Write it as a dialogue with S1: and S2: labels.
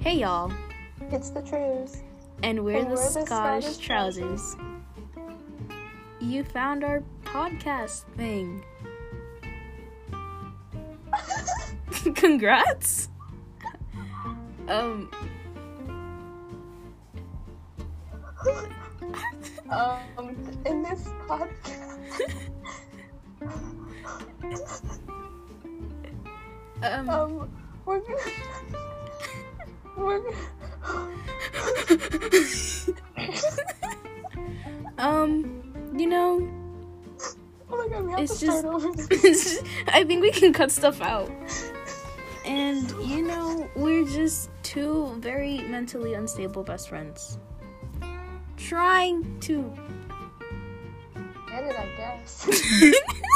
S1: Hey y'all,
S2: It's the truth.
S1: and we're
S2: And
S1: the
S2: we're the
S1: Scottish,
S2: Scottish
S1: Trousers. You found our podcast thing. Congrats. Um,
S2: Um, in this podcast,
S1: um,
S2: um, we're gonna, we're gonna, oh
S1: um, you know,
S2: oh my god, we have
S1: It's
S2: to
S1: just-
S2: start over.
S1: I think we can cut stuff out. And you know, we're just two very mentally unstable best friends trying to
S2: Edit, I guess.